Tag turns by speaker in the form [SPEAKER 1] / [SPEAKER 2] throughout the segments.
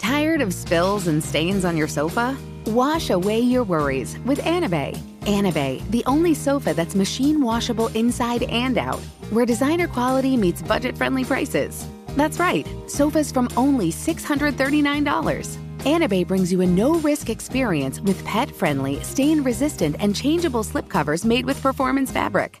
[SPEAKER 1] Tired of spills and stains on your sofa? Wash away your worries with Anabe. Anabe, the only sofa that's machine washable inside and out, where designer quality meets budget friendly prices. That's right, sofas from only $639. Anabay brings you a no-risk experience with pet-friendly, stain-resistant, and changeable slipcovers made with performance fabric.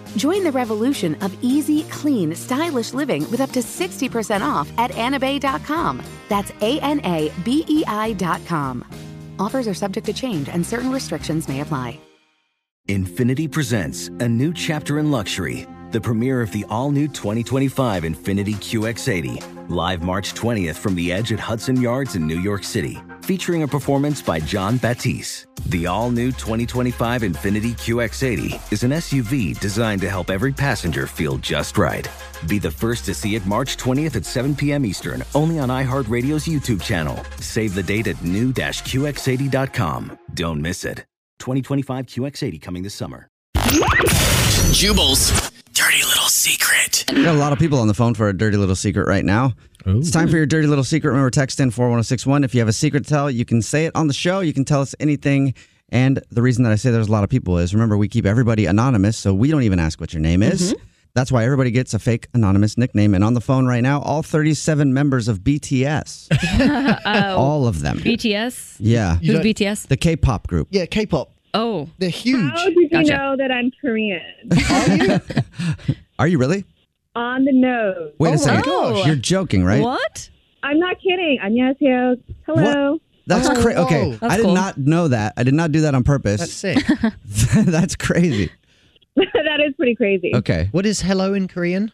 [SPEAKER 1] Join the revolution of easy, clean, stylish living with up to 60% off at anabay.com. That's A-N-A-B-E-I E dot com. Offers are subject to change and certain restrictions may apply.
[SPEAKER 2] Infinity presents a new chapter in luxury, the premiere of the all new 2025 Infinity QX80, live March 20th from the edge at Hudson Yards in New York City, featuring a performance by John Batisse. The all new 2025 Infinity QX80 is an SUV designed to help every passenger feel just right. Be the first to see it March 20th at 7 p.m. Eastern, only on iHeartRadio's YouTube channel. Save the date at new-QX80.com. Don't miss it. 2025 QX80 coming this summer.
[SPEAKER 3] Jubal's dirty little secret.
[SPEAKER 4] We got a lot of people on the phone for a dirty little secret right now. It's time for your dirty little secret. Remember, text in 41061. If you have a secret to tell, you can say it on the show. You can tell us anything. And the reason that I say there's a lot of people is remember, we keep everybody anonymous, so we don't even ask what your name is.
[SPEAKER 5] Mm-hmm.
[SPEAKER 4] That's why everybody gets a fake anonymous nickname. And on the phone right now, all 37 members of BTS.
[SPEAKER 5] Oh.
[SPEAKER 4] all of them.
[SPEAKER 6] BTS?
[SPEAKER 4] Yeah.
[SPEAKER 6] Who's BTS?
[SPEAKER 4] The K pop group.
[SPEAKER 5] Yeah, K-pop.
[SPEAKER 6] Oh,
[SPEAKER 5] They're huge.
[SPEAKER 7] How did you
[SPEAKER 6] Gotcha.
[SPEAKER 7] know that I'm Korean?
[SPEAKER 4] Are you really?
[SPEAKER 7] On the nose.
[SPEAKER 4] Wait
[SPEAKER 5] Oh my
[SPEAKER 4] a second.
[SPEAKER 5] gosh.
[SPEAKER 4] You're joking, right?
[SPEAKER 6] what?
[SPEAKER 7] I'm not kidding. 안녕하세요. Hello.
[SPEAKER 4] That's
[SPEAKER 5] Oh,
[SPEAKER 4] crazy.
[SPEAKER 5] whoa.
[SPEAKER 4] Okay.
[SPEAKER 6] That's
[SPEAKER 4] I did
[SPEAKER 6] cool.
[SPEAKER 4] not know that. I did not do that on
[SPEAKER 5] That's
[SPEAKER 4] purpose.
[SPEAKER 5] sick.
[SPEAKER 4] That's crazy.
[SPEAKER 7] that is pretty crazy.
[SPEAKER 4] Okay.
[SPEAKER 5] what is hello in Korean?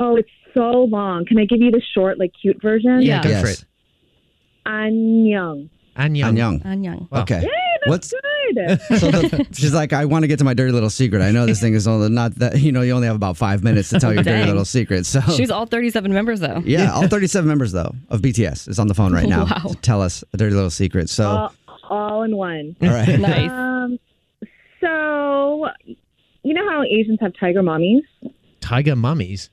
[SPEAKER 7] Oh, it's so long. Can I give you the short, like, cute version?
[SPEAKER 6] Yeah.
[SPEAKER 5] Go for
[SPEAKER 4] Yes.
[SPEAKER 5] it.
[SPEAKER 7] 안녕.
[SPEAKER 5] Annyeong.
[SPEAKER 4] Annyeong.
[SPEAKER 6] Anyang.
[SPEAKER 5] Wow.
[SPEAKER 4] Okay. What's
[SPEAKER 7] Good.
[SPEAKER 4] so the, she's like? I want to get to my dirty little secret. I know this thing is only not that you know. You only have about five minutes to tell your dirty
[SPEAKER 6] Dang.
[SPEAKER 4] little secret. So
[SPEAKER 6] She's all 37 members, though.
[SPEAKER 4] yeah, all 37 members though of BTS is on the phone right now
[SPEAKER 6] Wow. Uh,
[SPEAKER 4] to tell us a dirty little secret. So
[SPEAKER 7] all, all in one.
[SPEAKER 4] all right,
[SPEAKER 6] Nice.
[SPEAKER 7] Um, so, you know how Asians have tiger mommies?
[SPEAKER 5] Tiger mummies.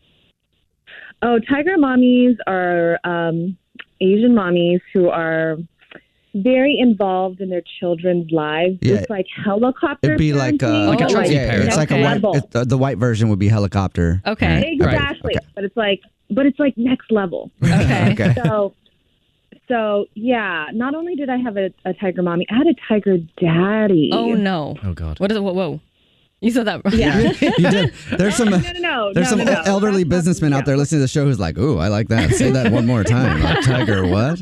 [SPEAKER 7] Oh, tiger mommies are um, Asian mommies who are very involved in their children's lives.
[SPEAKER 4] Yeah.
[SPEAKER 7] It's like helicopter.
[SPEAKER 4] it'd be like a,
[SPEAKER 7] parenting,
[SPEAKER 6] Like a
[SPEAKER 5] Chauncey
[SPEAKER 4] yeah,
[SPEAKER 5] parent.
[SPEAKER 4] It's like a
[SPEAKER 6] Okay.
[SPEAKER 4] white.
[SPEAKER 7] Level.
[SPEAKER 4] It, uh, the white version would be helicopter.
[SPEAKER 6] Okay.
[SPEAKER 4] Right.
[SPEAKER 7] Exactly,
[SPEAKER 4] Okay.
[SPEAKER 7] but it's like, but it's like next level.
[SPEAKER 6] Okay.
[SPEAKER 4] Okay.
[SPEAKER 7] So, so yeah. Not only did I have a, a tiger mommy, I had a tiger daddy.
[SPEAKER 6] Oh, no.
[SPEAKER 5] Oh, God.
[SPEAKER 6] What is it? Whoa. whoa. You said that.
[SPEAKER 7] Yeah.
[SPEAKER 4] you did. There's some.
[SPEAKER 7] no, no, no.
[SPEAKER 4] There's
[SPEAKER 7] no,
[SPEAKER 4] some
[SPEAKER 7] no, no.
[SPEAKER 4] elderly
[SPEAKER 7] That's not-
[SPEAKER 4] businessman out
[SPEAKER 7] yeah.
[SPEAKER 4] there listening to the show who's like, "Ooh, I like that. Say that one more time." Like, Tiger, what?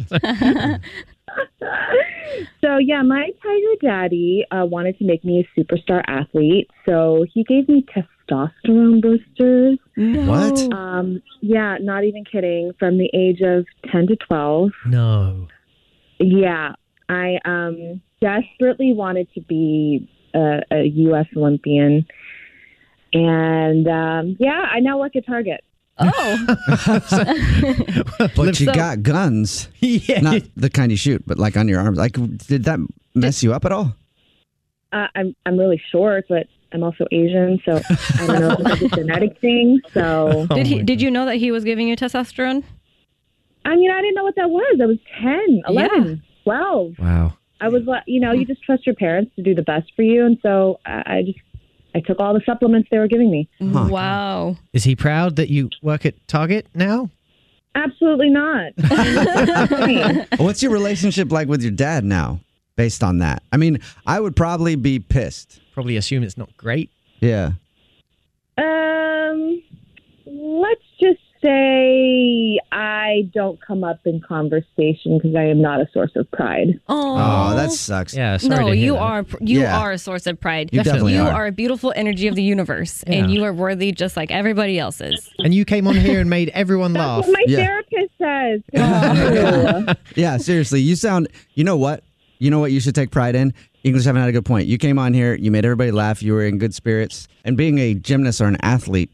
[SPEAKER 7] So yeah, my tiger daddy uh, wanted to make me a superstar athlete, so he gave me testosterone boosters.
[SPEAKER 4] What?
[SPEAKER 7] Um, yeah, not even kidding. From the age of ten to twelve,
[SPEAKER 5] No.
[SPEAKER 7] yeah, I um, desperately wanted to be a, a U.S. Olympian, and um, yeah, I now work at Target.
[SPEAKER 6] Oh.
[SPEAKER 4] But you
[SPEAKER 6] So-
[SPEAKER 4] got guns.
[SPEAKER 5] yeah.
[SPEAKER 4] not the kind you shoot, but like on your arms. Like, did that mess you up at all?
[SPEAKER 7] Uh, I'm I'm really short, but I'm also Asian, so I don't know if it's a genetic thing. So
[SPEAKER 4] Oh
[SPEAKER 6] Did
[SPEAKER 5] Oh, my
[SPEAKER 6] he? Did you know that he was giving you testosterone?
[SPEAKER 7] I mean, I didn't know what that was. I was 10, 11, 12.
[SPEAKER 5] Wow.
[SPEAKER 7] I was, like, you know, you just trust your parents to do the best for you. And so I I just, I took all the supplements they were giving me.
[SPEAKER 4] Oh
[SPEAKER 6] wow.
[SPEAKER 5] Is he proud that you work at Target now?
[SPEAKER 7] Absolutely not.
[SPEAKER 4] What's your relationship like with your dad now? based on that. I mean, I would probably be pissed.
[SPEAKER 5] Probably assume it's not great.
[SPEAKER 4] Yeah.
[SPEAKER 7] Um, let's just say I don't come up in conversation because I am not a source of pride.
[SPEAKER 6] Oh,
[SPEAKER 4] Oh, that sucks.
[SPEAKER 5] Yeah, sorry
[SPEAKER 6] No,
[SPEAKER 5] to hear
[SPEAKER 6] you
[SPEAKER 5] that.
[SPEAKER 6] are pr- you
[SPEAKER 4] Yeah.
[SPEAKER 6] are a source of pride.
[SPEAKER 4] You definitely
[SPEAKER 6] you
[SPEAKER 4] are.
[SPEAKER 6] a beautiful energy of the universe, and
[SPEAKER 5] Yeah.
[SPEAKER 6] you are worthy just like everybody else is.
[SPEAKER 5] And you came on here and made everyone laugh.
[SPEAKER 7] That's what my
[SPEAKER 4] Yeah.
[SPEAKER 7] therapist says. Oh.
[SPEAKER 4] Yeah, seriously. You sound, you know what? You know what you should take pride in? English haven't had a good point. You came on here, you made everybody laugh, you were in good spirits. And being a gymnast or an athlete,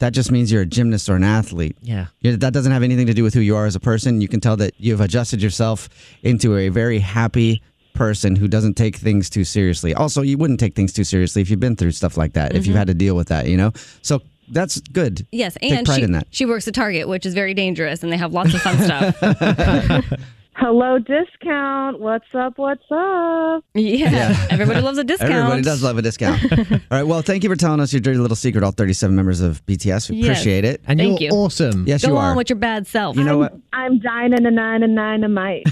[SPEAKER 4] that just means you're a gymnast or an athlete.
[SPEAKER 5] Yeah.
[SPEAKER 4] You know, that doesn't have anything to do with who you are as a person. You can tell that you've adjusted yourself into a very happy person who doesn't take things too seriously. Also, you wouldn't take things too seriously if you've been through stuff like that, if you've had to deal with that, you know? So that's good.
[SPEAKER 6] Yes,
[SPEAKER 4] Take
[SPEAKER 6] and
[SPEAKER 4] pride
[SPEAKER 6] she,
[SPEAKER 4] in that.
[SPEAKER 6] she works at Target, which is very dangerous, and they have lots of fun stuff.
[SPEAKER 7] Hello, discount. What's up? What's up?
[SPEAKER 6] Yeah, everybody loves a discount.
[SPEAKER 4] Everybody does love a discount. all right. Well, thank you for telling us your dirty little secret, all 37 members of BTS. We
[SPEAKER 6] Yes.
[SPEAKER 4] appreciate it.
[SPEAKER 5] And
[SPEAKER 6] Thank
[SPEAKER 5] you're
[SPEAKER 6] you.
[SPEAKER 5] awesome.
[SPEAKER 4] Yes,
[SPEAKER 6] Go
[SPEAKER 4] you
[SPEAKER 6] on
[SPEAKER 4] are.
[SPEAKER 6] with your bad self.
[SPEAKER 4] you know what?
[SPEAKER 7] I'm dying a nine and dynamite.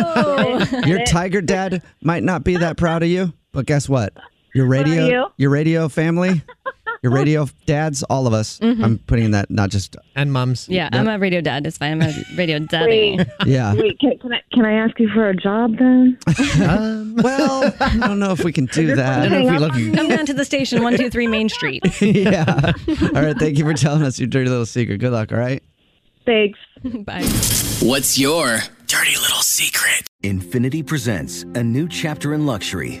[SPEAKER 6] Oh.
[SPEAKER 4] Your tiger dad might not be that proud of you, but guess what? Your radio,
[SPEAKER 7] you.
[SPEAKER 4] your radio family, your radio dads, all of us.
[SPEAKER 6] Mm-hmm.
[SPEAKER 4] I'm putting in that not just
[SPEAKER 5] And mums.
[SPEAKER 6] yeah, I'm a radio dad. It's fine. I'm a radio daddy.
[SPEAKER 7] Wait,
[SPEAKER 4] yeah.
[SPEAKER 7] wait can, can I can I ask you for a job then?
[SPEAKER 5] Um,
[SPEAKER 4] Well, I don't know if we can do that.
[SPEAKER 7] hang up on me?
[SPEAKER 6] Come down to the station, one two three Main Street.
[SPEAKER 4] yeah. All right. Thank you for telling us your dirty little secret. Good luck. All right.
[SPEAKER 7] Thanks.
[SPEAKER 6] Bye.
[SPEAKER 3] What's your dirty little secret?
[SPEAKER 2] Infinity presents a new chapter in luxury,